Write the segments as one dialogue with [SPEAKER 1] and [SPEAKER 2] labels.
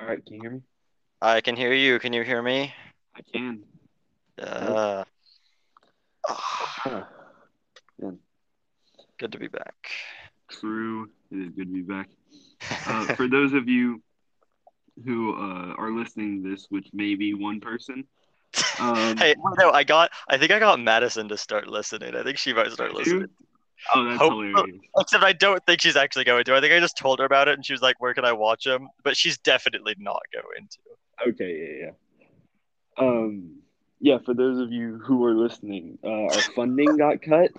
[SPEAKER 1] All right, can you hear me?
[SPEAKER 2] I can hear you. Can you hear me?
[SPEAKER 1] I can.
[SPEAKER 2] Uh, ah,
[SPEAKER 1] Huh.
[SPEAKER 2] good to be back.
[SPEAKER 1] True. It is good to be back. Uh, for those of you who uh, are listening to this, which may be one person, um,
[SPEAKER 2] hey, no, I got. I think I got Madison to start listening. I think she might start
[SPEAKER 1] Two?
[SPEAKER 2] listening.
[SPEAKER 1] oh, that's
[SPEAKER 2] hope-
[SPEAKER 1] hilarious.
[SPEAKER 2] Except I don't think she's actually going to. I think I just told her about it, and she was like, "Where can I watch him?" But she's definitely not going to.
[SPEAKER 1] Okay, yeah, yeah. Um, yeah, for those of you who are listening, uh, our funding got cut,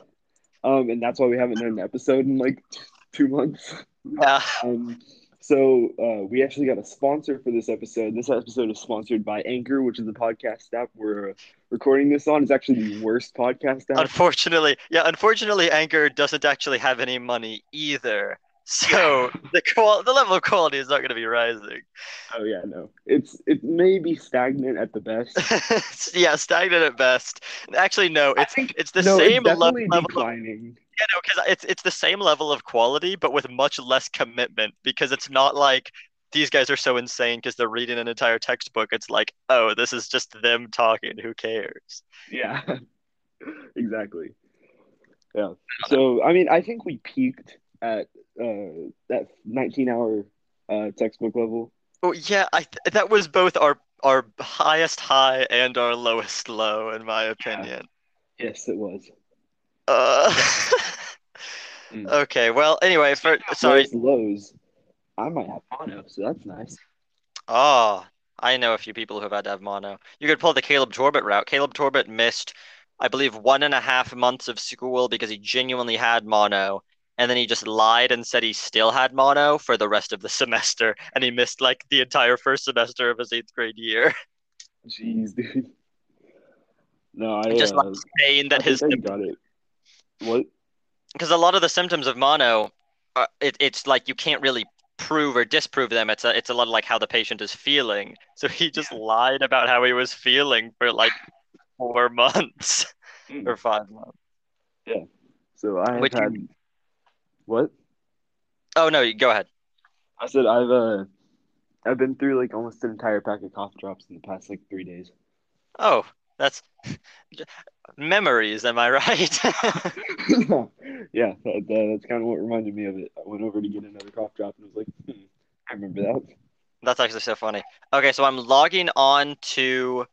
[SPEAKER 1] um, and that's why we haven't done an episode in like t- two months.
[SPEAKER 2] Yeah.
[SPEAKER 1] Um, so uh, we actually got a sponsor for this episode. This episode is sponsored by Anchor, which is the podcast app we're recording this on. It's actually the worst podcast app.
[SPEAKER 2] Unfortunately, yeah. Unfortunately, Anchor doesn't actually have any money either. So the qual- the level of quality is not going to be rising.
[SPEAKER 1] Oh yeah, no, it's it may be stagnant at the best.
[SPEAKER 2] yeah, stagnant at best. Actually, no. It's it's the
[SPEAKER 1] no, it's
[SPEAKER 2] same level,
[SPEAKER 1] definitely
[SPEAKER 2] level of
[SPEAKER 1] declining.
[SPEAKER 2] Yeah, no, because it's it's the same level of quality, but with much less commitment. Because it's not like these guys are so insane because they're reading an entire textbook. It's like, oh, this is just them talking. Who cares?
[SPEAKER 1] Yeah, exactly. Yeah. So I mean, I think we peaked at uh, that 19-hour uh, textbook level.
[SPEAKER 2] Oh yeah, I th- that was both our our highest high and our lowest low, in my opinion.
[SPEAKER 1] Yes, it was.
[SPEAKER 2] Uh,
[SPEAKER 1] Mm.
[SPEAKER 2] okay, well, anyway, for sorry.
[SPEAKER 1] Whereas Lowe's. I might have mono, so that's nice.
[SPEAKER 2] Ah, I know a few people who have had to have mono. You could pull the Caleb Torbett route. Caleb Torbett missed, I believe, one and a half months of school because he genuinely had mono. And then he just lied and said he still had mono for the rest of the semester. And he missed like the entire first semester of his eighth grade year,
[SPEAKER 1] Jeez, dude. No, I
[SPEAKER 2] Just
[SPEAKER 1] uh,
[SPEAKER 2] like saying
[SPEAKER 1] I
[SPEAKER 2] that
[SPEAKER 1] think
[SPEAKER 2] his
[SPEAKER 1] I got it. What?
[SPEAKER 2] because a lot of the symptoms of mono, are, it, it's like you can't really prove or disprove them. It's a, it's a lot of like how the patient is feeling. So he just lied about how he was feeling for like four months
[SPEAKER 1] Mm.
[SPEAKER 2] or five months.
[SPEAKER 1] So I have
[SPEAKER 2] Which-
[SPEAKER 1] had. What?
[SPEAKER 2] Oh no, you- go ahead.
[SPEAKER 1] I said I've uh, I've been through like almost an entire pack of cough drops in the past like three days.
[SPEAKER 2] Oh, that's memories. Am I right?
[SPEAKER 1] yeah, that, that- that's kind of what reminded me of it. I went over to get another cough drop and was like, hmm, I remember that.
[SPEAKER 2] that's actually so funny. Okay, so I'm logging on to.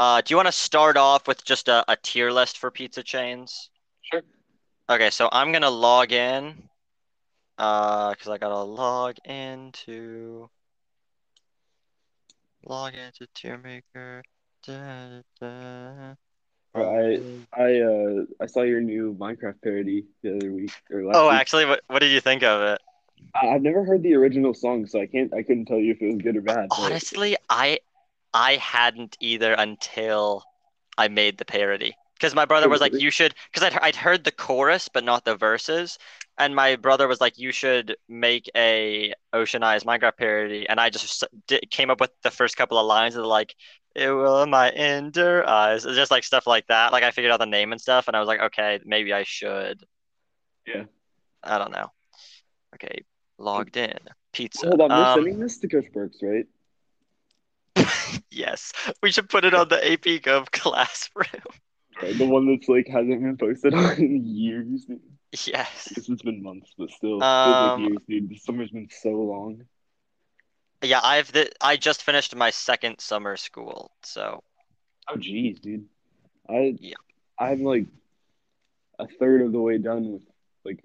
[SPEAKER 2] Uh, do you want to start off with just a, a tier list for pizza chains?
[SPEAKER 1] Sure.
[SPEAKER 2] Okay, so I'm gonna log in. Uh, cause I gotta log into. Log into tier maker. Da, da, da.
[SPEAKER 1] I I uh I saw your new Minecraft parody the other week or last
[SPEAKER 2] Oh,
[SPEAKER 1] week.
[SPEAKER 2] actually, what what did you think of it?
[SPEAKER 1] I, I've never heard the original song, so I can't I couldn't tell you if it was good or bad. but-
[SPEAKER 2] Honestly, I I hadn't either until I made the parody. Because my brother
[SPEAKER 1] Oh,
[SPEAKER 2] was like,
[SPEAKER 1] really?
[SPEAKER 2] "You should," because I'd, I'd heard the chorus but not the verses, and my brother was like, "You should make a Ocean Eyes Minecraft parody," and I just s- di- came up with the first couple of lines of like, "It will in my ender eyes," It's just like stuff like that. Like I figured out the name and stuff, and I was like, "Okay, maybe I should."
[SPEAKER 1] Yeah.
[SPEAKER 2] I don't know. Okay, logged in. Pizza.
[SPEAKER 1] Hold on, we're
[SPEAKER 2] Um,
[SPEAKER 1] sending this to Coach Burks, right?
[SPEAKER 2] Yes, we should put it on the AP Gov classroom.
[SPEAKER 1] The one that's like hasn't been posted on in years. dude.
[SPEAKER 2] Yes.
[SPEAKER 1] This has been months, but still,
[SPEAKER 2] Um,
[SPEAKER 1] feels like years, dude. This summer's been so long.
[SPEAKER 2] Yeah, I've the, I just finished my second summer school, so
[SPEAKER 1] Oh, jeez, dude. I
[SPEAKER 2] Yeah.
[SPEAKER 1] I'm like a third of the way done with like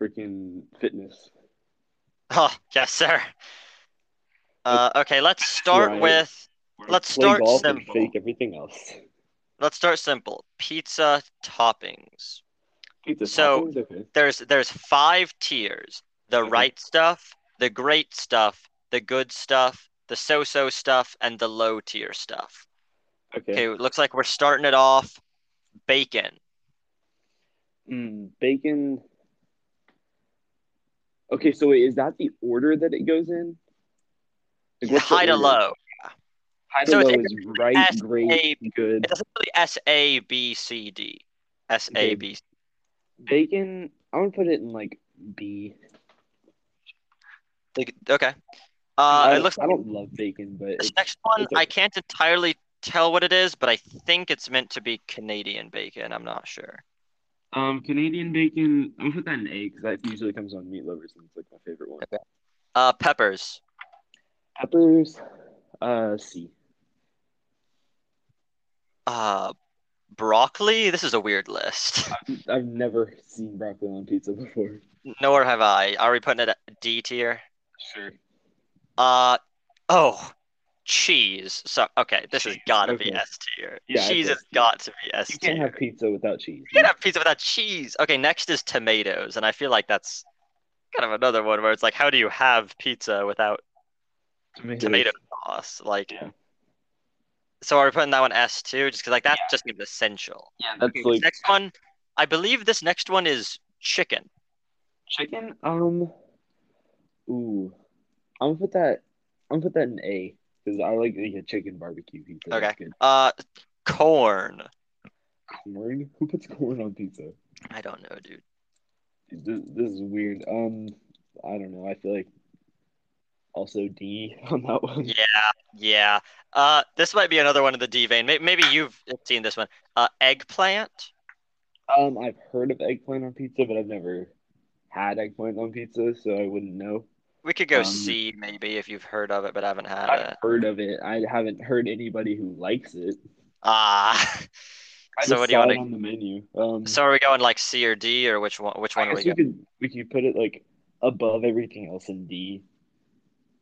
[SPEAKER 1] freaking fitness.
[SPEAKER 2] oh yes, sir. Uh, okay, let's start
[SPEAKER 1] Right.
[SPEAKER 2] with
[SPEAKER 1] Where I
[SPEAKER 2] Let's
[SPEAKER 1] play
[SPEAKER 2] start
[SPEAKER 1] golf and
[SPEAKER 2] simple.
[SPEAKER 1] fake everything else.
[SPEAKER 2] let's start simple. Pizza toppings.
[SPEAKER 1] Pizza
[SPEAKER 2] So-
[SPEAKER 1] toppings? okay.
[SPEAKER 2] There's there's five tiers. The
[SPEAKER 1] Okay.
[SPEAKER 2] right stuff, the great stuff, the good stuff, the so-so stuff, and the low tier stuff.
[SPEAKER 1] Okay.
[SPEAKER 2] Okay, it looks like we're starting it off bacon.
[SPEAKER 1] Mm, bacon. Okay, so wait, is that the order that it goes in? Like, what's the
[SPEAKER 2] High to
[SPEAKER 1] order?
[SPEAKER 2] low.
[SPEAKER 1] High to
[SPEAKER 2] So
[SPEAKER 1] low
[SPEAKER 2] it's
[SPEAKER 1] is right,
[SPEAKER 2] S,
[SPEAKER 1] great, good.
[SPEAKER 2] It doesn't really S A B C D. S A B C.
[SPEAKER 1] Bacon, I'm gonna put it in like B.
[SPEAKER 2] Like, Okay. Uh,
[SPEAKER 1] I,
[SPEAKER 2] it looks
[SPEAKER 1] I don't love bacon, but
[SPEAKER 2] This
[SPEAKER 1] it's,
[SPEAKER 2] next one,
[SPEAKER 1] it's
[SPEAKER 2] I
[SPEAKER 1] okay.
[SPEAKER 2] can't entirely tell what it is, but I think it's meant to be Canadian bacon. I'm not sure.
[SPEAKER 1] um Canadian bacon. I'm gonna put that in A because that usually comes on meat lovers and it's like my favorite one.
[SPEAKER 2] Uh, peppers.
[SPEAKER 1] Peppers, uh C.
[SPEAKER 2] Uh, broccoli. This is a weird list.
[SPEAKER 1] I've never seen broccoli on pizza before.
[SPEAKER 2] Nor have I. Are we putting it at D tier?
[SPEAKER 1] Sure.
[SPEAKER 2] Uh, oh, cheese. So okay, this has
[SPEAKER 1] Cheese,
[SPEAKER 2] got to
[SPEAKER 1] okay.
[SPEAKER 2] be S tier.
[SPEAKER 1] Yeah, I
[SPEAKER 2] cheese
[SPEAKER 1] think
[SPEAKER 2] has
[SPEAKER 1] so.
[SPEAKER 2] got to be S
[SPEAKER 1] You
[SPEAKER 2] tier.
[SPEAKER 1] can't have pizza without cheese.
[SPEAKER 2] You can't have pizza without cheese. Okay, next is tomatoes, and I feel like that's kind of another one where it's like, how do you have pizza without
[SPEAKER 1] Tomatoes.
[SPEAKER 2] tomato sauce? Like,
[SPEAKER 1] Yeah.
[SPEAKER 2] so are we putting that one S too? Just because like that's just gonna be essential.
[SPEAKER 1] Yeah, that's
[SPEAKER 2] Okay, this
[SPEAKER 1] like
[SPEAKER 2] next one, I believe this next one is chicken.
[SPEAKER 1] chicken. Um, ooh, I'm gonna put that. I'm gonna put that in A because I like the chicken barbecue pizza. That's
[SPEAKER 2] Okay.
[SPEAKER 1] good.
[SPEAKER 2] Uh, corn.
[SPEAKER 1] Corn. Who puts corn on pizza?
[SPEAKER 2] I don't know, dude.
[SPEAKER 1] Dude, This, this is weird. Um, I don't know. I feel like also D on that one.
[SPEAKER 2] Yeah, yeah. Uh, this might be another one of the D vein. May- Maybe you've seen this one. Uh, eggplant.
[SPEAKER 1] Um, I've heard of eggplant on pizza, but I've never had eggplant on pizza, so I wouldn't know.
[SPEAKER 2] We could go
[SPEAKER 1] Um,
[SPEAKER 2] C maybe if you've heard of it, but haven't had it.
[SPEAKER 1] I've heard of it. I haven't heard anybody who likes it.
[SPEAKER 2] Ah.
[SPEAKER 1] I
[SPEAKER 2] so
[SPEAKER 1] just
[SPEAKER 2] what do you
[SPEAKER 1] saw
[SPEAKER 2] want
[SPEAKER 1] it
[SPEAKER 2] to?
[SPEAKER 1] on the menu? Um,
[SPEAKER 2] So are we going like C or D or which one? Which one
[SPEAKER 1] I
[SPEAKER 2] are we
[SPEAKER 1] guess we
[SPEAKER 2] going?
[SPEAKER 1] could we could put it like above everything else in D.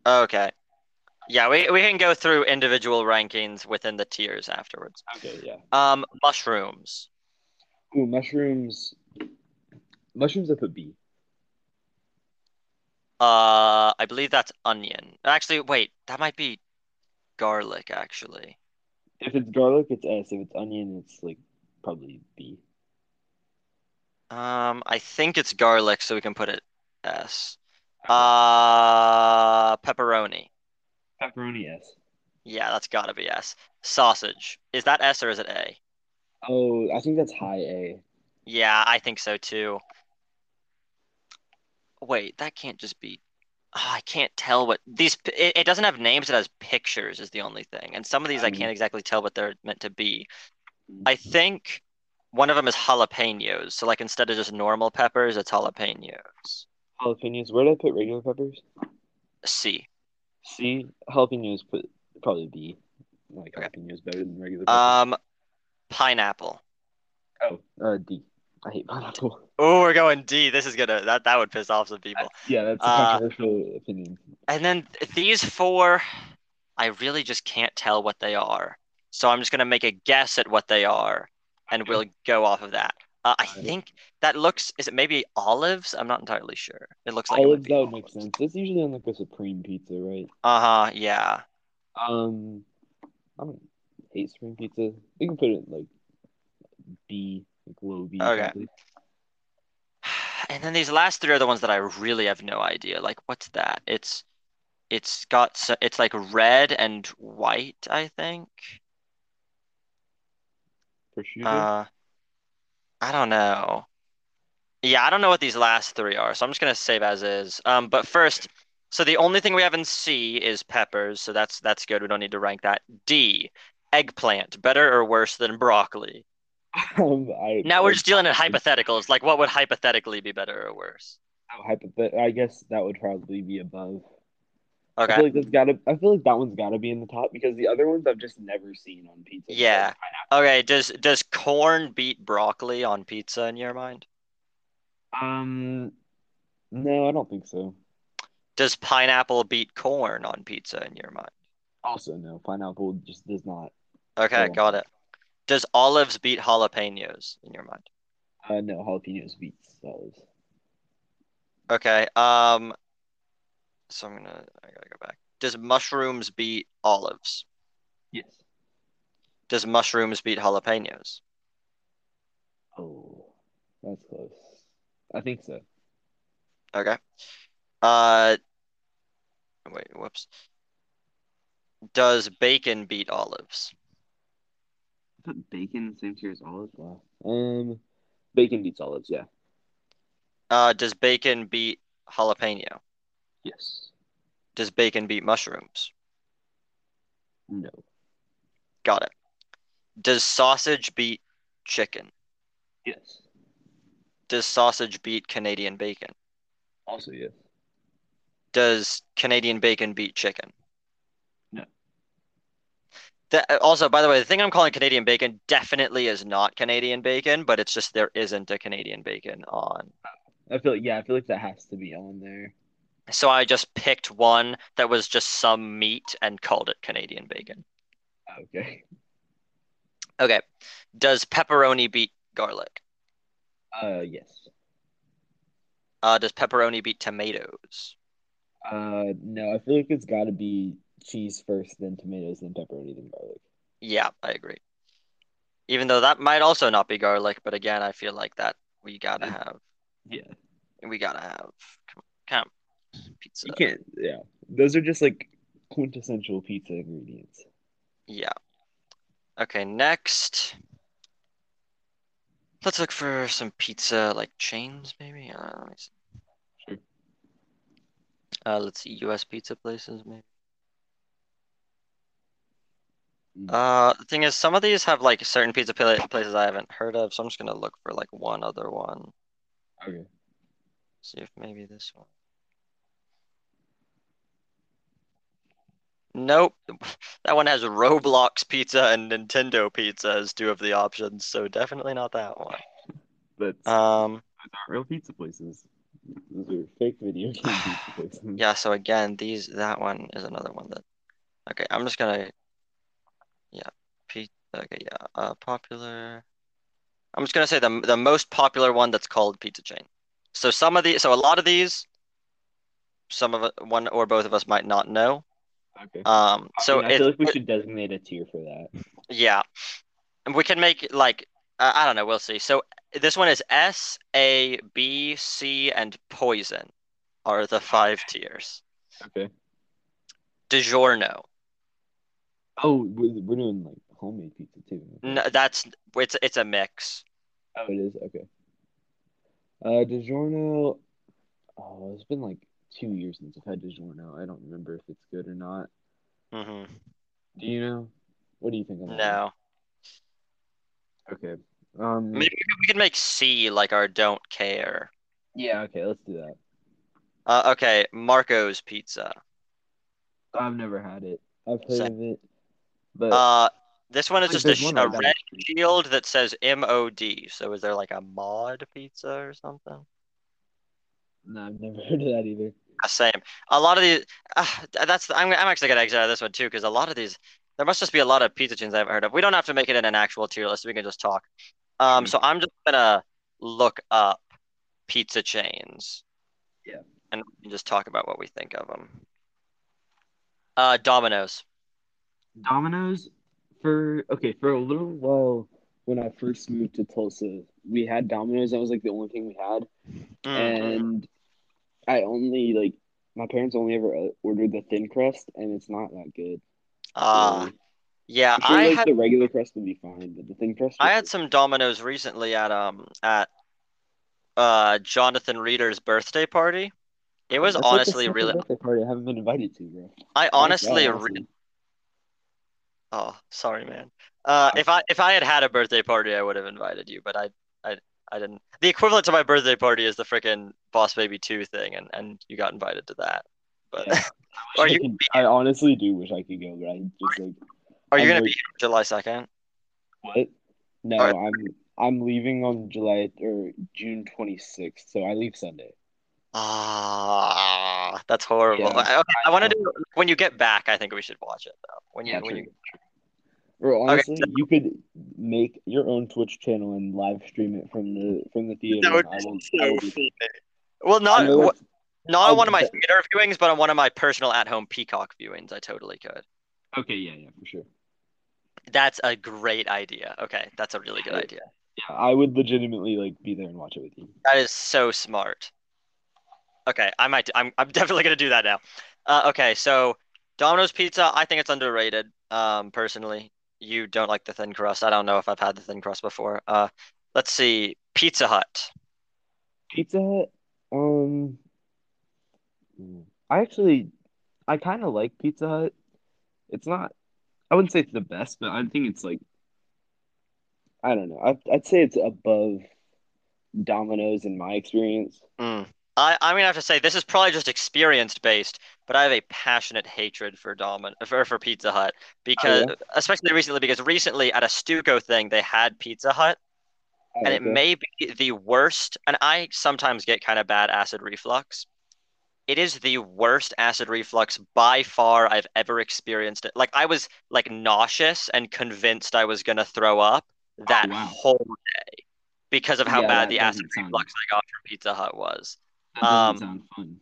[SPEAKER 2] Oh, Okay. Yeah, we, we can go through individual rankings within the tiers afterwards.
[SPEAKER 1] Okay, yeah.
[SPEAKER 2] Um, mushrooms.
[SPEAKER 1] Ooh, mushrooms. Mushrooms I put B.
[SPEAKER 2] Uh, I believe that's onion. Actually, wait, that might be garlic. Actually,
[SPEAKER 1] If it's garlic, it's S. If it's onion, it's like probably B.
[SPEAKER 2] um, I think it's garlic, so we can put it S. Uh, pepperoni.
[SPEAKER 1] Pepperoni S.
[SPEAKER 2] Yeah, that's gotta be S. Sausage. Is that S or is it A?
[SPEAKER 1] Oh, I think that's high A.
[SPEAKER 2] Yeah, I think so too. Wait, that can't just be. Ah, I can't tell what these. p- It, it doesn't have names. It has pictures, is the only thing. And some of these I
[SPEAKER 1] Mm.
[SPEAKER 2] can't exactly tell what they're meant to be.
[SPEAKER 1] Mm.
[SPEAKER 2] I think one of them is jalapenos. So like instead of just normal peppers, it's jalapenos.
[SPEAKER 1] Jalapenos. Where did I put regular peppers?
[SPEAKER 2] C.
[SPEAKER 1] C. Jalapenos put probably B. I Like
[SPEAKER 2] Okay.
[SPEAKER 1] jalapenos better than regular peppers.
[SPEAKER 2] Um, pineapple.
[SPEAKER 1] Uh, oh, uh, D. I hate pineapple.
[SPEAKER 2] Oh, we're going D. This is gonna that that would piss off some people.
[SPEAKER 1] Yeah, that's a
[SPEAKER 2] Uh,
[SPEAKER 1] controversial opinion.
[SPEAKER 2] And then th- these four, I really just can't tell what they are. So I'm just going to make a guess at what they are and we'll go off of that. Uh, I
[SPEAKER 1] Alright.
[SPEAKER 2] think that looks, is it maybe olives? I'm not entirely sure. It looks like it
[SPEAKER 1] Olives
[SPEAKER 2] would be
[SPEAKER 1] that would make sense. That's usually on like a supreme pizza, right?
[SPEAKER 2] Uh-huh, yeah.
[SPEAKER 1] Um, I don't hate spring pizza. We can put it like B, like low B.
[SPEAKER 2] Okay.
[SPEAKER 1] probably.
[SPEAKER 2] And then these last three are the ones that I really have no idea. Like, what's that? It's it's got s- it's like red and white, I think.
[SPEAKER 1] Prosciutto.
[SPEAKER 2] Uh, I don't know. Yeah, I don't know what these last three are, so I'm just gonna save as is. Um, but first, so the only thing we have in C is peppers, so that's that's good. We don't need to rank that. D, eggplant, better or worse than broccoli?
[SPEAKER 1] um, I
[SPEAKER 2] Now we're
[SPEAKER 1] I-
[SPEAKER 2] just dealing in hypotheticals. Like, what would hypothetically be better or worse?
[SPEAKER 1] hypothet- I guess that would probably be above. I feel
[SPEAKER 2] Okay.
[SPEAKER 1] like that's gotta. I feel like that one's gotta be in the top because the other ones I've just never seen on pizza. besides
[SPEAKER 2] Yeah.
[SPEAKER 1] pineapple.
[SPEAKER 2] Okay. Does does corn beat broccoli on pizza in your mind?
[SPEAKER 1] Um. No, I don't think so.
[SPEAKER 2] Does pineapple beat corn on pizza in your mind?
[SPEAKER 1] Also, no. Pineapple just does not.
[SPEAKER 2] Okay,
[SPEAKER 1] Yeah.
[SPEAKER 2] got it. Does olives beat jalapenos in your mind?
[SPEAKER 1] Uh, no. Jalapenos beats olives.
[SPEAKER 2] Okay. Um. So I'm gonna. I gotta go back. Does mushrooms beat olives?
[SPEAKER 1] Yes.
[SPEAKER 2] Does mushrooms beat jalapenos?
[SPEAKER 1] Oh, that's close. I think so.
[SPEAKER 2] Okay. Uh. Wait. Whoops. Does bacon beat olives?
[SPEAKER 1] Put bacon in the same tier as olives. Wow. Um, bacon beats olives. Yeah.
[SPEAKER 2] Uh. Does bacon beat jalapeno?
[SPEAKER 1] Yes.
[SPEAKER 2] Does bacon beat mushrooms?
[SPEAKER 1] No.
[SPEAKER 2] Got it. Does sausage beat chicken?
[SPEAKER 1] Yes.
[SPEAKER 2] Does sausage beat Canadian bacon?
[SPEAKER 1] Also yes.
[SPEAKER 2] Does Canadian bacon beat chicken?
[SPEAKER 1] No.
[SPEAKER 2] That, also, by the way, the thing I'm calling Canadian bacon definitely is not Canadian bacon, but it's just there isn't a Canadian bacon on.
[SPEAKER 1] I feel yeah, I feel like that has to be on there.
[SPEAKER 2] So I just picked one that was just some meat and called it Canadian bacon.
[SPEAKER 1] Okay.
[SPEAKER 2] Okay. Does pepperoni beat garlic?
[SPEAKER 1] Uh yes.
[SPEAKER 2] Uh, does pepperoni beat tomatoes?
[SPEAKER 1] Uh no, I feel like it's gotta be cheese first, then tomatoes, then pepperoni, then garlic.
[SPEAKER 2] Yeah, I agree. Even though that might also not be garlic, but again, I feel like that we gotta have.
[SPEAKER 1] Yeah.
[SPEAKER 2] We gotta have. Come on, come on. pizza.
[SPEAKER 1] You can't yeah. Those are just like quintessential pizza ingredients.
[SPEAKER 2] Yeah. Okay, next. Let's look for some pizza like chains, maybe. Uh, let me see.
[SPEAKER 1] Sure.
[SPEAKER 2] Uh, let's see U.S. pizza places, maybe.
[SPEAKER 1] Mm.
[SPEAKER 2] Uh, the thing is, some of these have like certain pizza pla- places I haven't heard of, so I'm just gonna look for like one other one.
[SPEAKER 1] Okay.
[SPEAKER 2] See if maybe this one. Nope. That one has Roblox Pizza and Nintendo Pizza as two of the options, so definitely not that one.
[SPEAKER 1] That's
[SPEAKER 2] Um,
[SPEAKER 1] those aren't real pizza places. Those are fake video game pizza places.
[SPEAKER 2] yeah, so again, these that one is another one that Okay, I'm just gonna yeah, pizza, okay, yeah. Uh, popular I'm just gonna say the the most popular one that's called Pizza Chain. So some of the so a lot of these some of one or both of us might not know.
[SPEAKER 1] Okay.
[SPEAKER 2] Um, so
[SPEAKER 1] I, mean, I
[SPEAKER 2] it's-
[SPEAKER 1] feel like we should designate a tier for that.
[SPEAKER 2] Yeah. And we can make like uh, I don't know, we'll see. So this one is S, A, B, C, and poison are the five tiers.
[SPEAKER 1] Okay.
[SPEAKER 2] DiGiorno.
[SPEAKER 1] Oh, we're, we're doing like homemade pizza too.
[SPEAKER 2] No, that's it's it's a mix.
[SPEAKER 1] Oh, it is okay. Uh, DiGiorno. Oh, it's been like two years since I've had DiGiorno. I don't remember if it's good or not. Mm-hmm.
[SPEAKER 2] hmm
[SPEAKER 1] Do you know? What do you think? on that
[SPEAKER 2] No.
[SPEAKER 1] one? Okay. Um.
[SPEAKER 2] Maybe we could- we could make C like our don't care.
[SPEAKER 1] Yeah. Okay. Let's do that.
[SPEAKER 2] Uh, okay, Marco's pizza.
[SPEAKER 1] I've never had it. I've heard
[SPEAKER 2] Same.
[SPEAKER 1] of it, but
[SPEAKER 2] Uh, this one is
[SPEAKER 1] Like,
[SPEAKER 2] just
[SPEAKER 1] Oh.
[SPEAKER 2] a,
[SPEAKER 1] there's
[SPEAKER 2] sh-
[SPEAKER 1] one
[SPEAKER 2] a
[SPEAKER 1] like that.
[SPEAKER 2] red shield that says MOD. So is there like a mod pizza or something?
[SPEAKER 1] no, I've never heard of that either.
[SPEAKER 2] Yeah, Ah, Same. A lot of these, uh, that's I'm I'm actually gonna exit out of this one too because a lot of these, there must just be a lot of pizza chains I haven't heard of. We don't have to make it in an actual tier list. We can just talk. Um,
[SPEAKER 1] Mhm.
[SPEAKER 2] so I'm just gonna look up pizza chains.
[SPEAKER 1] Yeah.
[SPEAKER 2] And we can just talk about what we think of them. Uh, Domino's.
[SPEAKER 1] Domino's for okay for a little while when I first moved to Tulsa, we had Domino's. That was like the only thing we had,
[SPEAKER 2] Mm,
[SPEAKER 1] and I only like my parents only ever uh, ordered the thin crust, and it's not that good.
[SPEAKER 2] Uh,
[SPEAKER 1] So,
[SPEAKER 2] yeah,
[SPEAKER 1] I'm sure,
[SPEAKER 2] I
[SPEAKER 1] like,
[SPEAKER 2] had
[SPEAKER 1] the regular crust would be fine, but the thin crust.
[SPEAKER 2] I had some Domino's recently at um at uh Jonathan Reeder's birthday party. It was
[SPEAKER 1] That's, like, the
[SPEAKER 2] honestly
[SPEAKER 1] second
[SPEAKER 2] really.
[SPEAKER 1] birthday party I haven't been invited to, bro.
[SPEAKER 2] I honestly
[SPEAKER 1] That's
[SPEAKER 2] re-
[SPEAKER 1] awesome.
[SPEAKER 2] Oh, sorry, man. Uh, if I if I had had a birthday party, I would have invited you, but I I I didn't. The equivalent to my birthday party is the freaking Boss Baby 2 thing, and and you got invited to that.
[SPEAKER 1] Yeah.
[SPEAKER 2] But are
[SPEAKER 1] I
[SPEAKER 2] you
[SPEAKER 1] could- I honestly do wish I could go, but I just like
[SPEAKER 2] are you
[SPEAKER 1] I'm
[SPEAKER 2] gonna
[SPEAKER 1] like-
[SPEAKER 2] be here July 2nd?
[SPEAKER 1] what? No,
[SPEAKER 2] Alright.
[SPEAKER 1] I'm I'm leaving on July or June 26th, so I leave Sunday.
[SPEAKER 2] Ah, that's horrible.
[SPEAKER 1] Yeah.
[SPEAKER 2] I, okay, I want to do when you get back. I think we should watch it though. When you when
[SPEAKER 1] true.
[SPEAKER 2] you
[SPEAKER 1] Bro,
[SPEAKER 2] Okay,
[SPEAKER 1] honestly, you could make your own Twitch channel and live stream it from the from the theater.
[SPEAKER 2] That would
[SPEAKER 1] and I will- I
[SPEAKER 2] so
[SPEAKER 1] will-
[SPEAKER 2] funny. Well,
[SPEAKER 1] I
[SPEAKER 2] not
[SPEAKER 1] know
[SPEAKER 2] wh-
[SPEAKER 1] it's-
[SPEAKER 2] not on
[SPEAKER 1] I'll
[SPEAKER 2] one of my
[SPEAKER 1] bet-
[SPEAKER 2] theater viewings, but on one of my personal at home Peacock viewings, I totally could.
[SPEAKER 1] okay, yeah, yeah, for sure.
[SPEAKER 2] That's a great idea. Okay, that's a really good
[SPEAKER 1] Yeah.
[SPEAKER 2] idea.
[SPEAKER 1] Yeah, I would legitimately like be there and watch it with you.
[SPEAKER 2] That is so smart. Okay, I might. I'm. I'm definitely gonna do that now. Uh, okay, so Domino's Pizza. I think it's underrated. Um, personally, you don't like the thin crust. I don't know if I've had the thin crust before. Uh, let's see. Pizza Hut.
[SPEAKER 1] Pizza Hut, um, I actually, I I kind of like Pizza Hut. It's not. I wouldn't say it's the best, but I think it's like. I don't know. I, I'd say it's above Domino's in my experience.
[SPEAKER 2] Mm. I, I'm gonna have to say this is probably just experience based, but I have a passionate hatred for Domin for, for Pizza Hut because
[SPEAKER 1] yeah?
[SPEAKER 2] especially recently because recently at a Stuco thing they had Pizza Hut
[SPEAKER 1] I
[SPEAKER 2] and it
[SPEAKER 1] agree.
[SPEAKER 2] may be the worst and I sometimes get kind of bad acid reflux. It is the worst acid reflux by far I've ever experienced it. Like I was like nauseous and convinced I was gonna throw up that
[SPEAKER 1] Wow.
[SPEAKER 2] whole day because of how
[SPEAKER 1] Yeah,
[SPEAKER 2] bad
[SPEAKER 1] that
[SPEAKER 2] the acid
[SPEAKER 1] doesn't sound.
[SPEAKER 2] reflux I got from Pizza Hut was
[SPEAKER 1] That doesn't
[SPEAKER 2] um,
[SPEAKER 1] sound fun.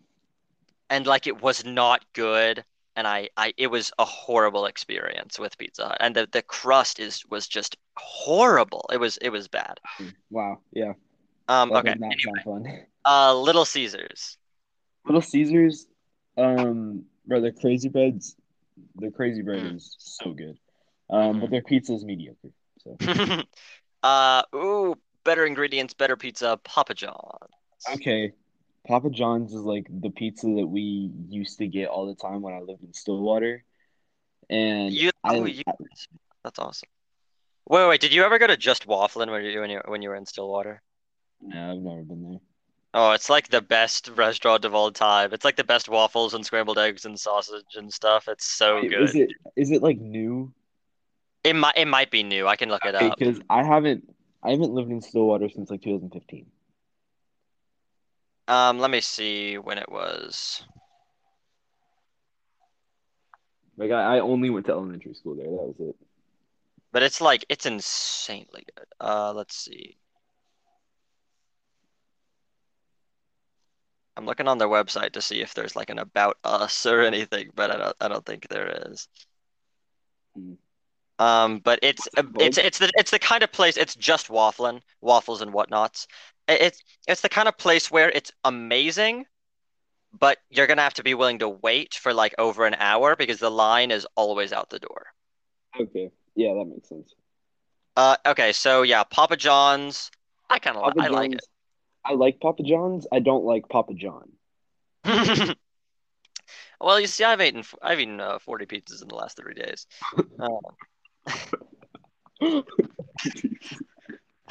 [SPEAKER 2] and like it was not good and I, I it was a horrible experience with pizza hut and the, the crust is was just horrible it was it was bad
[SPEAKER 1] Wow. Yeah.
[SPEAKER 2] um
[SPEAKER 1] That
[SPEAKER 2] okay
[SPEAKER 1] does not sound fun.
[SPEAKER 2] uh little caesars
[SPEAKER 1] Little Caesars, um, bro, their crazy breads, their crazy bread
[SPEAKER 2] Mm.
[SPEAKER 1] is so good. Um,
[SPEAKER 2] Mhm.
[SPEAKER 1] but their pizza is mediocre. So
[SPEAKER 2] uh ooh better ingredients better pizza papa john's
[SPEAKER 1] okay, Papa John's is like the pizza that we used to get all the time when I lived in Stillwater, and
[SPEAKER 2] you
[SPEAKER 1] I,
[SPEAKER 2] oh you that's awesome wait wait did you ever go to just waffling when you when you when you were in stillwater
[SPEAKER 1] no, I've never been there.
[SPEAKER 2] Oh, it's like the best restaurant of all time. It's like the best waffles and scrambled eggs and sausage and stuff. It's so
[SPEAKER 1] Wait,
[SPEAKER 2] good.
[SPEAKER 1] Is it is it like new?
[SPEAKER 2] It might it might be new. I can look it up.
[SPEAKER 1] Because I haven't I haven't lived in Stillwater since like 2015.
[SPEAKER 2] Um, let me see when it was.
[SPEAKER 1] Like I, I only went to elementary school there. That was it.
[SPEAKER 2] But it's like it's insanely good. Uh, let's see. I'm looking on their website to see if there's like an about us or anything, but I don't I don't think there is.
[SPEAKER 1] Hmm.
[SPEAKER 2] Um, but it's
[SPEAKER 1] What's
[SPEAKER 2] uh,
[SPEAKER 1] it
[SPEAKER 2] it's
[SPEAKER 1] called?
[SPEAKER 2] it's the it's the kind of place. It's just waffling, waffles and whatnots. I- It's it's the kind of place where it's amazing, but you're gonna have to be willing to wait for like over an hour because the line is always out the door.
[SPEAKER 1] Okay, yeah, that makes sense.
[SPEAKER 2] Uh, okay, so yeah, Papa John's. I kind of li
[SPEAKER 1] Papa
[SPEAKER 2] I like
[SPEAKER 1] John's. I like Papa John's. I don't like Papa John.
[SPEAKER 2] it. Well, you see, I've eaten f- I've eaten uh, 40 pizzas in the last three days. Um,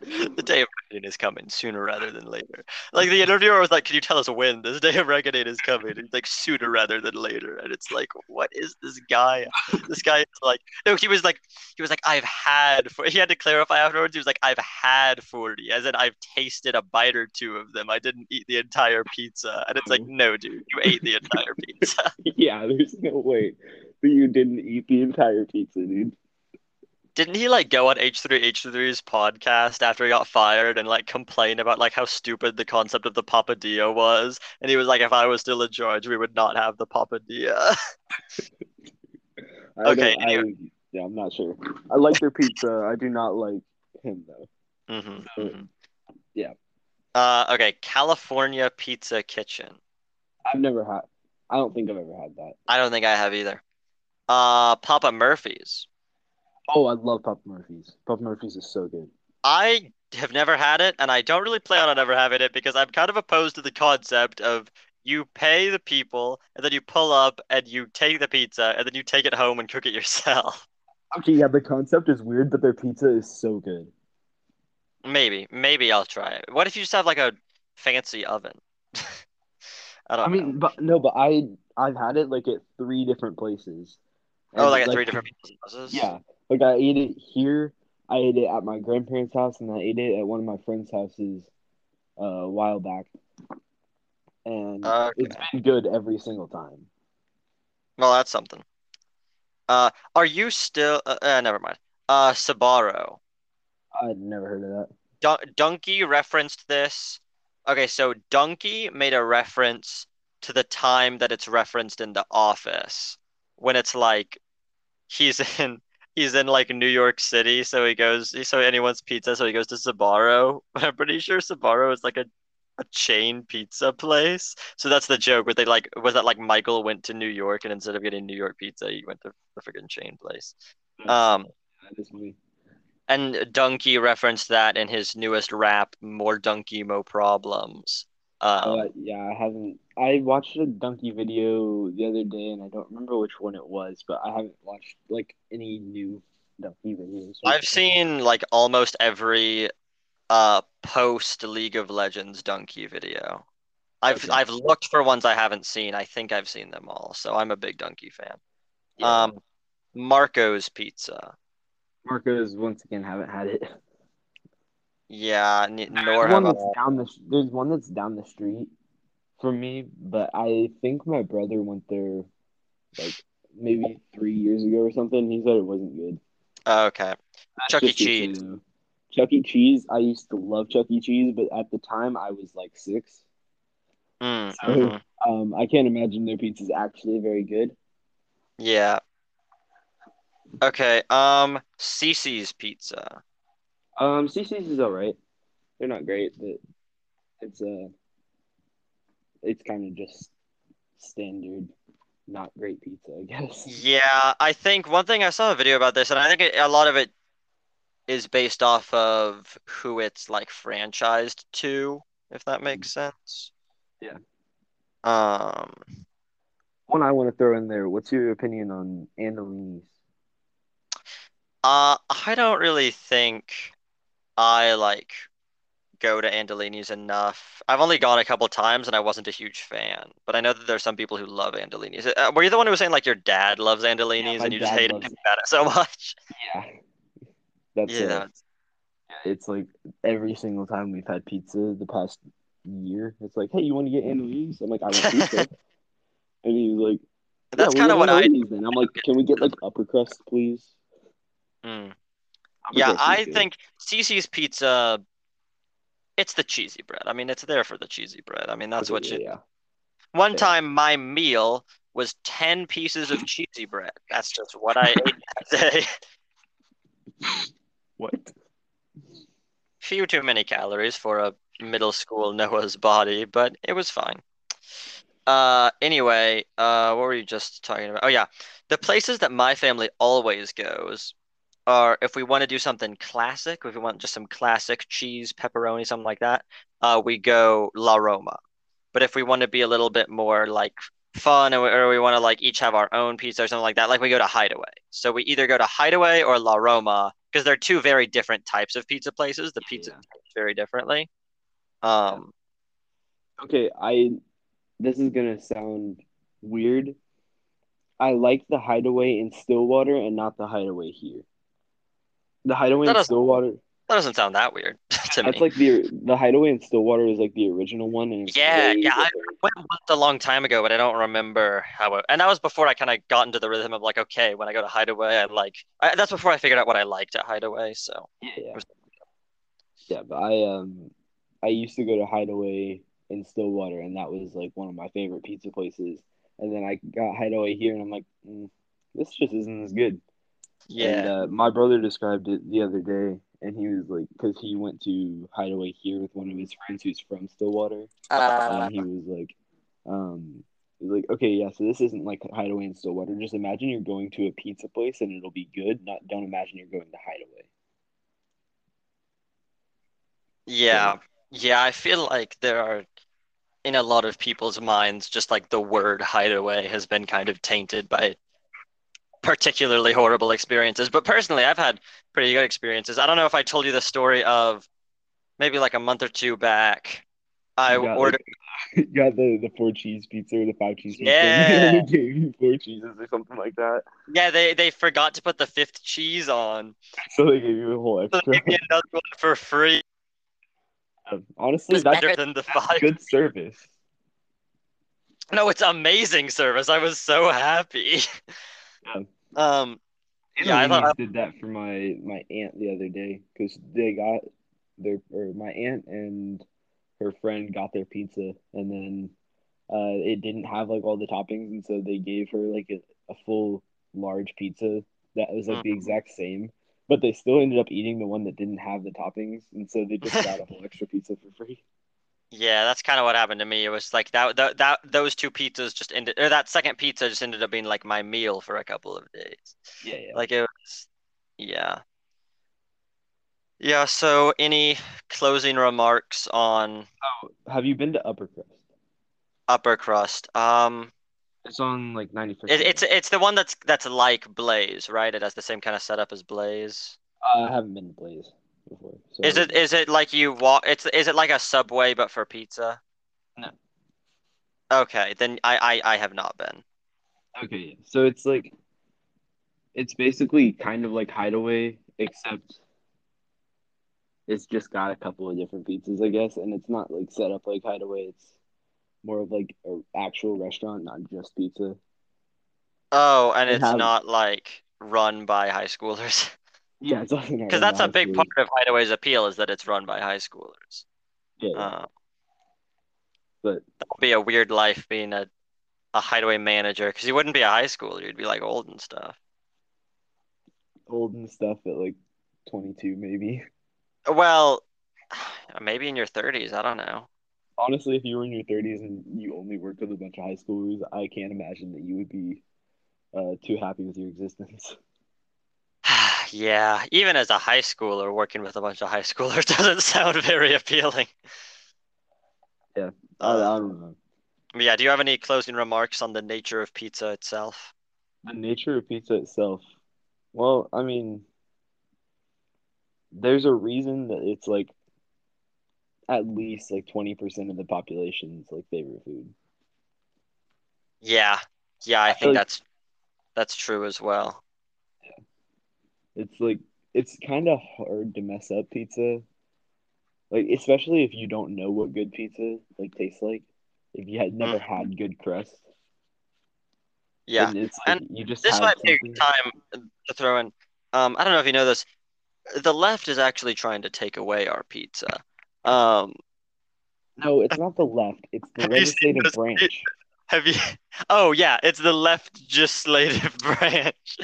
[SPEAKER 2] the day of reckoning is coming sooner rather than later. Like the interviewer was like, "Can you tell us when this day of reckoning is coming?" It's like sooner rather than later, and it's like, what is this guy? This guy is like, no, he was like, he was like, I've had. 40. He had to clarify afterwards. He was like, I've had 40, as in I've tasted a bite or two of them. I didn't eat the entire pizza, and it's like, no, dude, you ate the entire pizza.
[SPEAKER 1] yeah, there's no way that you didn't eat the entire pizza, dude.
[SPEAKER 2] Didn't he like go on H3H3's podcast after he got fired and like complain about like how stupid the concept of the papadilla was? And he was like, if I was still in charge, we would not have the papadilla.
[SPEAKER 1] I
[SPEAKER 2] Okay,
[SPEAKER 1] don't. I, yeah, I'm not sure. I like their pizza. I do not like him though.
[SPEAKER 2] hmm
[SPEAKER 1] So, yeah.
[SPEAKER 2] Uh, okay, California Pizza Kitchen.
[SPEAKER 1] I've never had. I don't think I've ever had that.
[SPEAKER 2] I don't think I have either. Uh, Papa Murphy's.
[SPEAKER 1] Oh, I love Papa Murphy's. Papa Murphy's is so good.
[SPEAKER 2] I have never had it, and I don't really plan on ever having it because I'm kind of opposed to the concept of you pay the people, and then you pull up and you take the pizza, and then you take it home and cook it yourself.
[SPEAKER 1] Okay, yeah, the concept is weird, but their pizza is so good.
[SPEAKER 2] Maybe, maybe I'll try it. What if you just have like a fancy oven? I
[SPEAKER 1] I
[SPEAKER 2] don't know.
[SPEAKER 1] mean, but no, but I I've had it like at three different places.
[SPEAKER 2] Oh,
[SPEAKER 1] And,
[SPEAKER 2] like at three different pizza houses?
[SPEAKER 1] Yeah, like I ate it here. I ate it at my grandparents' house, and I ate it at one of my friends' houses uh, a while back, and
[SPEAKER 2] Okay.
[SPEAKER 1] it's been good every single time.
[SPEAKER 2] Well, that's something. Uh, are you still? Uh, uh never mind. Uh, Sbarro.
[SPEAKER 1] I'd never heard of that.
[SPEAKER 2] Dun Donkey referenced this. Okay, so Donkey made a reference to the time that it's referenced in The Office when it's like he's in he's in like New York City, so he goes so anyone's pizza, so he goes to Sbarro. But I'm pretty sure Sbarro is like a a chain pizza place. So that's the joke. Where they like was that like Michael went to New York and instead of getting New York pizza, he went to the freaking chain place. Um,
[SPEAKER 1] That is me.
[SPEAKER 2] and Donkey referenced that in his newest rap, More Donkey, Mo Problems. Um,
[SPEAKER 1] Oh, But yeah, I haven't. I watched a donkey video the other day, and I don't remember which one it was, but I haven't watched like any new donkey videos.
[SPEAKER 2] I've seen like almost every uh post League of Legends Dunkey video. I've
[SPEAKER 1] Okay.
[SPEAKER 2] I've looked for ones I haven't seen. I think I've seen them all, so I'm a big Dunkey fan.
[SPEAKER 1] Yeah.
[SPEAKER 2] Um, Marco's Pizza.
[SPEAKER 1] Marcos once again haven't had it.
[SPEAKER 2] Yeah, n- nor
[SPEAKER 1] There's one
[SPEAKER 2] have I.
[SPEAKER 1] that's down the there's one that's down the street from me, but I think my brother went there like maybe three years ago or something. He said it wasn't good.
[SPEAKER 2] Oh, Okay. Chuck E.
[SPEAKER 1] Just to
[SPEAKER 2] Cheese.
[SPEAKER 1] say, though, Chuck E. Cheese. I used to love Chuck E. Cheese, but at the time I was like six.
[SPEAKER 2] Mm,
[SPEAKER 1] So-
[SPEAKER 2] mhm.
[SPEAKER 1] Um, I can't imagine their pizza's actually very good.
[SPEAKER 2] Yeah. Okay. Um, Cece's Pizza.
[SPEAKER 1] Um, CC's is all right. They're not great, but it's uh, it's kind of just standard, not great pizza, I guess.
[SPEAKER 2] Yeah, I think one thing I saw a video about this, and I think it, a lot of it is based off of who it's like franchised to, if that makes sense.
[SPEAKER 1] Mm-hmm. Yeah.
[SPEAKER 2] Um,
[SPEAKER 1] One I want to throw in there. What's your opinion on Andolini's?
[SPEAKER 2] uh, I don't really think I like go to Andolini's enough. I've only gone a couple times and I wasn't a huge fan, but I know that there's some people who love Andolini's. Uh, were you the one who was saying like your dad loves Andolini's
[SPEAKER 1] my
[SPEAKER 2] and you just
[SPEAKER 1] dad
[SPEAKER 2] hated
[SPEAKER 1] loves
[SPEAKER 2] him about it so much?
[SPEAKER 1] Yeah, that's
[SPEAKER 2] Yeah,
[SPEAKER 1] uh, it's like every single time we've had pizza the past year, it's like, hey, you want to get Andolini's? I'm like, I want pizza, and he's like, "Yeah,
[SPEAKER 2] that's
[SPEAKER 1] we'll
[SPEAKER 2] kind of
[SPEAKER 1] get
[SPEAKER 2] what I.
[SPEAKER 1] Andolini's Then I'm like, can we get like upper crust, please?
[SPEAKER 2] Mm.
[SPEAKER 1] Upper
[SPEAKER 2] Yeah,
[SPEAKER 1] crust is
[SPEAKER 2] I
[SPEAKER 1] good.
[SPEAKER 2] think CC's pizza, it's the cheesy bread. I mean, it's there for the cheesy bread. I mean, that's
[SPEAKER 1] Okay,
[SPEAKER 2] what
[SPEAKER 1] yeah,
[SPEAKER 2] you.
[SPEAKER 1] yeah.
[SPEAKER 2] One
[SPEAKER 1] fair.
[SPEAKER 2] time, my meal was 10 pieces of cheesy bread. That's just what I ate that day.
[SPEAKER 1] What?
[SPEAKER 2] Few too many calories for a middle school Noah's body, but it was fine. Uh, anyway, uh, what were you just talking about? Oh, yeah. The places that my family always goes are if we want to do something classic, if we want just some classic cheese, pepperoni, something like that, uh, we go La Roma. But if we want to be a little bit more like fun or, or we want to like each have our own pizza or something like that, like we go to Hideaway. So we either go to Hideaway or La Roma because they're two very different types of pizza places. The pizza
[SPEAKER 1] Yeah.
[SPEAKER 2] tastes very differently. Um,
[SPEAKER 1] Okay, I this is gonna sound weird. I like the hideaway in Stillwater and not the hideaway here. The hideaway
[SPEAKER 2] That
[SPEAKER 1] in
[SPEAKER 2] doesn't-
[SPEAKER 1] Stillwater
[SPEAKER 2] that doesn't sound that weird to me.
[SPEAKER 1] that's like the the hideaway in Stillwater is like the original one and it's
[SPEAKER 2] Yeah,
[SPEAKER 1] way
[SPEAKER 2] yeah, I
[SPEAKER 1] different.
[SPEAKER 2] went once a long time ago, but I don't remember how it, and that was before I kind of got into the rhythm of like, okay, when I go to Hideaway, I like I, that's before I figured out what I liked at Hideaway. So
[SPEAKER 1] yeah, yeah. Yeah, but I um I used to go to Hideaway in Stillwater and that was like one of my favorite pizza places. And then I got Hideaway here and I'm like, mm, this just isn't as good. And
[SPEAKER 2] yeah,
[SPEAKER 1] uh, my brother described it the other day, and he was like, because he went to Hideaway here with one of his friends who's from Stillwater,
[SPEAKER 2] uh,
[SPEAKER 1] and he was like, um, he's like, okay, yeah, so this isn't like Hideaway in Stillwater. Just imagine you're going to a pizza place and it'll be good. Not don't imagine you're going to Hideaway.
[SPEAKER 2] yeah, yeah. I feel like there are in a lot of people's minds just like the word Hideaway has been kind of tainted by particularly horrible experiences. But personally, I've had pretty good experiences. I don't know if I told you the story of maybe like a month or two back. I
[SPEAKER 1] You got,
[SPEAKER 2] ordered.
[SPEAKER 1] like, you got the the four cheese pizza or the five cheese pizza.
[SPEAKER 2] Yeah.
[SPEAKER 1] and they gave you four cheeses or something like that.
[SPEAKER 2] Yeah, they they forgot to put the fifth cheese on.
[SPEAKER 1] So they gave you a whole
[SPEAKER 2] So they
[SPEAKER 1] extra. Um,
[SPEAKER 2] gave me another one for free. It
[SPEAKER 1] Honestly,
[SPEAKER 2] was
[SPEAKER 1] that's
[SPEAKER 2] better than the five.
[SPEAKER 1] good service.
[SPEAKER 2] No, it's amazing service. I was so happy.
[SPEAKER 1] Yeah.
[SPEAKER 2] Um, Yeah,
[SPEAKER 1] Yeah,
[SPEAKER 2] I
[SPEAKER 1] I
[SPEAKER 2] thought-
[SPEAKER 1] did that for my my aunt the other day because they got their or my aunt and her friend got their pizza and then uh, it didn't have like all the toppings and so they gave her like a, a full large pizza that was like the
[SPEAKER 2] Mm.
[SPEAKER 1] exact same but they still ended up eating the one that didn't have the toppings and so they just got a whole extra pizza for free.
[SPEAKER 2] yeah, that's kind of what happened to me. It was like that that, that those two pizzas just ended, or that second pizza just ended up being like my meal for a couple of days.
[SPEAKER 1] Yeah, yeah.
[SPEAKER 2] Like it was, yeah. Yeah, so any closing remarks on
[SPEAKER 1] Have you been to Upper Crust?
[SPEAKER 2] upper crust. Um,
[SPEAKER 1] It's on like ninety fifth.
[SPEAKER 2] it, it's it's the one that's that's like Blaze, right? It has the same kind of setup as Blaze.
[SPEAKER 1] Uh, I haven't been to Blaze before. So
[SPEAKER 2] Is it is it like you walk? It's is it like a subway but for pizza?
[SPEAKER 1] No.
[SPEAKER 2] Okay, then I I, I have not been.
[SPEAKER 1] Okay, so it's like it's basically kind of like Hideaway, except it's just got a couple of different pizzas, I guess, and it's not like set up like Hideaway. It's more of like an actual restaurant, not just pizza.
[SPEAKER 2] Oh, and
[SPEAKER 1] They
[SPEAKER 2] it's
[SPEAKER 1] have-
[SPEAKER 2] not like run by high schoolers.
[SPEAKER 1] Yeah, it's also not
[SPEAKER 2] Because that's a big part of Hideaway's appeal is that it's run by high schoolers.
[SPEAKER 1] Yeah, yeah.
[SPEAKER 2] Uh,
[SPEAKER 1] But-
[SPEAKER 2] that'd be a weird life being a, a Hideaway manager because you wouldn't be a high schooler; you'd be like old and stuff.
[SPEAKER 1] old and stuff at like twenty two, maybe.
[SPEAKER 2] Well, maybe in your thirties. I don't know.
[SPEAKER 1] Honestly, if you were in your thirties and you only worked with a bunch of high schoolers, I can't imagine that you would be uh, too happy with your existence.
[SPEAKER 2] Yeah, even as a high schooler, working with a bunch of high schoolers doesn't sound very appealing.
[SPEAKER 1] Yeah. I,
[SPEAKER 2] Uh,
[SPEAKER 1] I don't know.
[SPEAKER 2] yeah. Do you have any closing remarks on the nature of pizza itself?
[SPEAKER 1] The nature of pizza itself. Well, I mean, there's a reason that it's like at least like 20% of the population's like favorite food.
[SPEAKER 2] Yeah, yeah. I
[SPEAKER 1] I
[SPEAKER 2] think
[SPEAKER 1] feel like-
[SPEAKER 2] that's that's true as well.
[SPEAKER 1] It's like it's kind of hard to mess up pizza. Like especially if you don't know what good pizza like tastes like. If you had never had good crust,
[SPEAKER 2] Mm. Yeah.
[SPEAKER 1] then it's like you just
[SPEAKER 2] This
[SPEAKER 1] have
[SPEAKER 2] might be a
[SPEAKER 1] something-
[SPEAKER 2] good time to throw in. Um, I don't know if you know this. The left is actually trying to take away our pizza. Um,
[SPEAKER 1] No, it's not the left. It's the
[SPEAKER 2] Have you seen
[SPEAKER 1] legislative
[SPEAKER 2] those
[SPEAKER 1] branch.
[SPEAKER 2] have you? Oh yeah, it's the left legislative branch.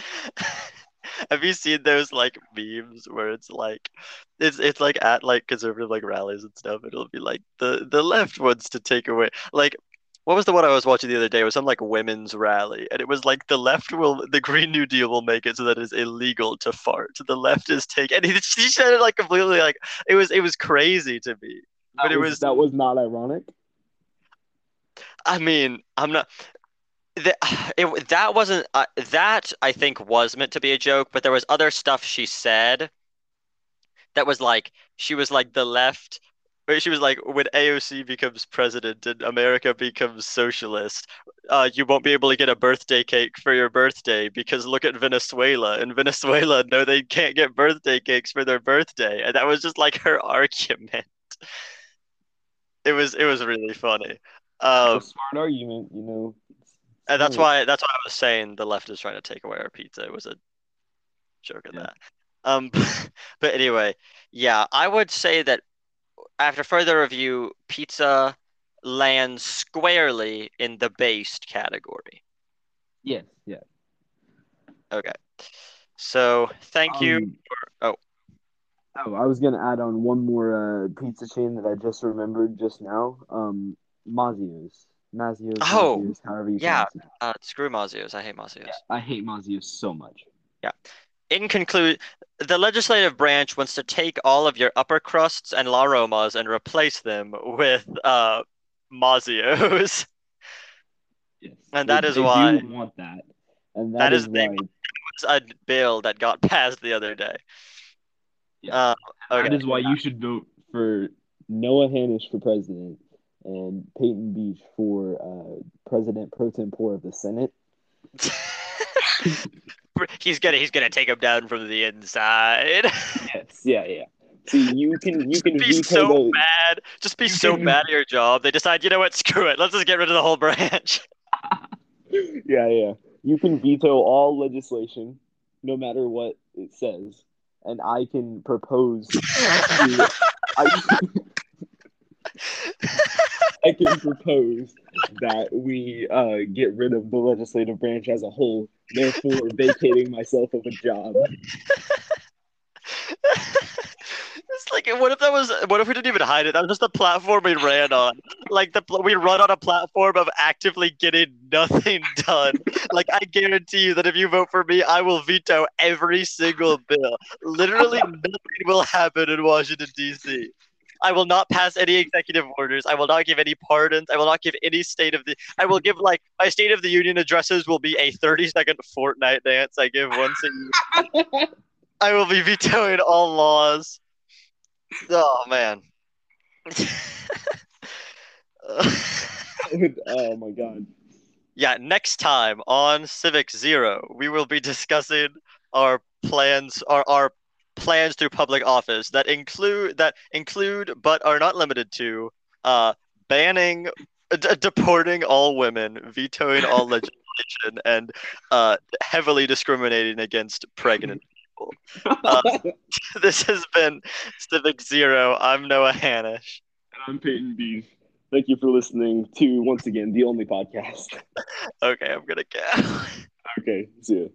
[SPEAKER 2] Have you seen those like memes where it's like, it's it's like at like conservative like rallies and stuff. It'll be like the the left wants to take away like. What was the one I was watching the other day? It was some like women's rally, and it was like the left will, the Green New Deal will make it so that it's illegal to fart. The left is take, and he, she said it like completely like it was it was crazy to me. But
[SPEAKER 1] That
[SPEAKER 2] it
[SPEAKER 1] was-
[SPEAKER 2] was
[SPEAKER 1] that was not ironic.
[SPEAKER 2] I mean, I'm not. The, it, that wasn't uh, that I think was meant to be a joke, but there was other stuff she said that was like she was like the left. or She was like, when AOC becomes president and America becomes socialist, uh, you won't be able to get a birthday cake for your birthday because look at Venezuela. In Venezuela, no, they can't get birthday cakes for their birthday, and that was just like her argument. It was it was really funny. Um,
[SPEAKER 1] It's a smart argument, you know. It's-
[SPEAKER 2] and that's
[SPEAKER 1] it's-
[SPEAKER 2] why that's why I was saying the left is trying to take away our pizza. It was a joke at
[SPEAKER 1] Yeah.
[SPEAKER 2] that. Um, but anyway, yeah, I would say that after further review, pizza lands squarely in the based category.
[SPEAKER 1] Yes, yeah.
[SPEAKER 2] Okay. So thank you.
[SPEAKER 1] Um,
[SPEAKER 2] oh.
[SPEAKER 1] Oh, I was gonna add on one more uh, pizza chain that I just remembered just now. Um, Mazio's, Mazio's,
[SPEAKER 2] Oh,
[SPEAKER 1] Mazio's, however you
[SPEAKER 2] yeah.
[SPEAKER 1] pronounce it.
[SPEAKER 2] Uh, screw Mazio's. I hate Mazio's.
[SPEAKER 1] I hate Mazio's so much.
[SPEAKER 2] In conclusion, the legislative branch wants to take all of your upper crusts and La Romas and replace them with uh, Mazio's.
[SPEAKER 1] Yes,
[SPEAKER 2] And
[SPEAKER 1] They-
[SPEAKER 2] that is
[SPEAKER 1] they do
[SPEAKER 2] why-
[SPEAKER 1] want that, and
[SPEAKER 2] That
[SPEAKER 1] that
[SPEAKER 2] is
[SPEAKER 1] is,
[SPEAKER 2] the-
[SPEAKER 1] why.
[SPEAKER 2] It's a bill that got passed the other day.
[SPEAKER 1] Yeah.
[SPEAKER 2] Uh,
[SPEAKER 1] That
[SPEAKER 2] okay.
[SPEAKER 1] is why you should vote for Noah Hanish for president and Peyton Beach for uh, president pro tempore of the Senate.
[SPEAKER 2] he's gonna he's gonna take him down from the inside.
[SPEAKER 1] Yes, yeah, yeah. See, you can you can
[SPEAKER 2] be
[SPEAKER 1] veto
[SPEAKER 2] so
[SPEAKER 1] those.
[SPEAKER 2] mad. Just be
[SPEAKER 1] You
[SPEAKER 2] so
[SPEAKER 1] can-
[SPEAKER 2] mad at your job. They decide, you know what? Screw it. Let's just get rid of the whole branch.
[SPEAKER 1] yeah, yeah. You can veto all legislation, no matter what it says, and I can propose. To, I, I can propose that we uh, get rid of the legislative branch as a whole, therefore vacating myself of a job.
[SPEAKER 2] It's like, what if that was? What if we didn't even hide it? That was just the platform we ran on. Like the pl- we run on a platform of actively getting nothing done. Like I guarantee you that if you vote for me, I will veto every single bill. Literally nothing will happen in Washington D.C. I will not pass any executive orders. I will not give any pardons. I will not give any state of the. I will give like my state of the union addresses will be a thirty second Fortnite dance I give once a year. I will be vetoing all laws. Oh man.
[SPEAKER 1] oh my god.
[SPEAKER 2] yeah, next time on Civic Zero, we will be discussing our plans, our our plans through public office that include that include but are not limited to uh, banning, d- deporting all women, vetoing all legislation, and uh, heavily discriminating against pregnant Uh, this has been Civic Zero. I'm Noah Hanish.
[SPEAKER 1] And I'm Peyton Beef. Thank you for listening to once again the only podcast.
[SPEAKER 2] Okay, I'm gonna go.
[SPEAKER 1] Okay, see ya.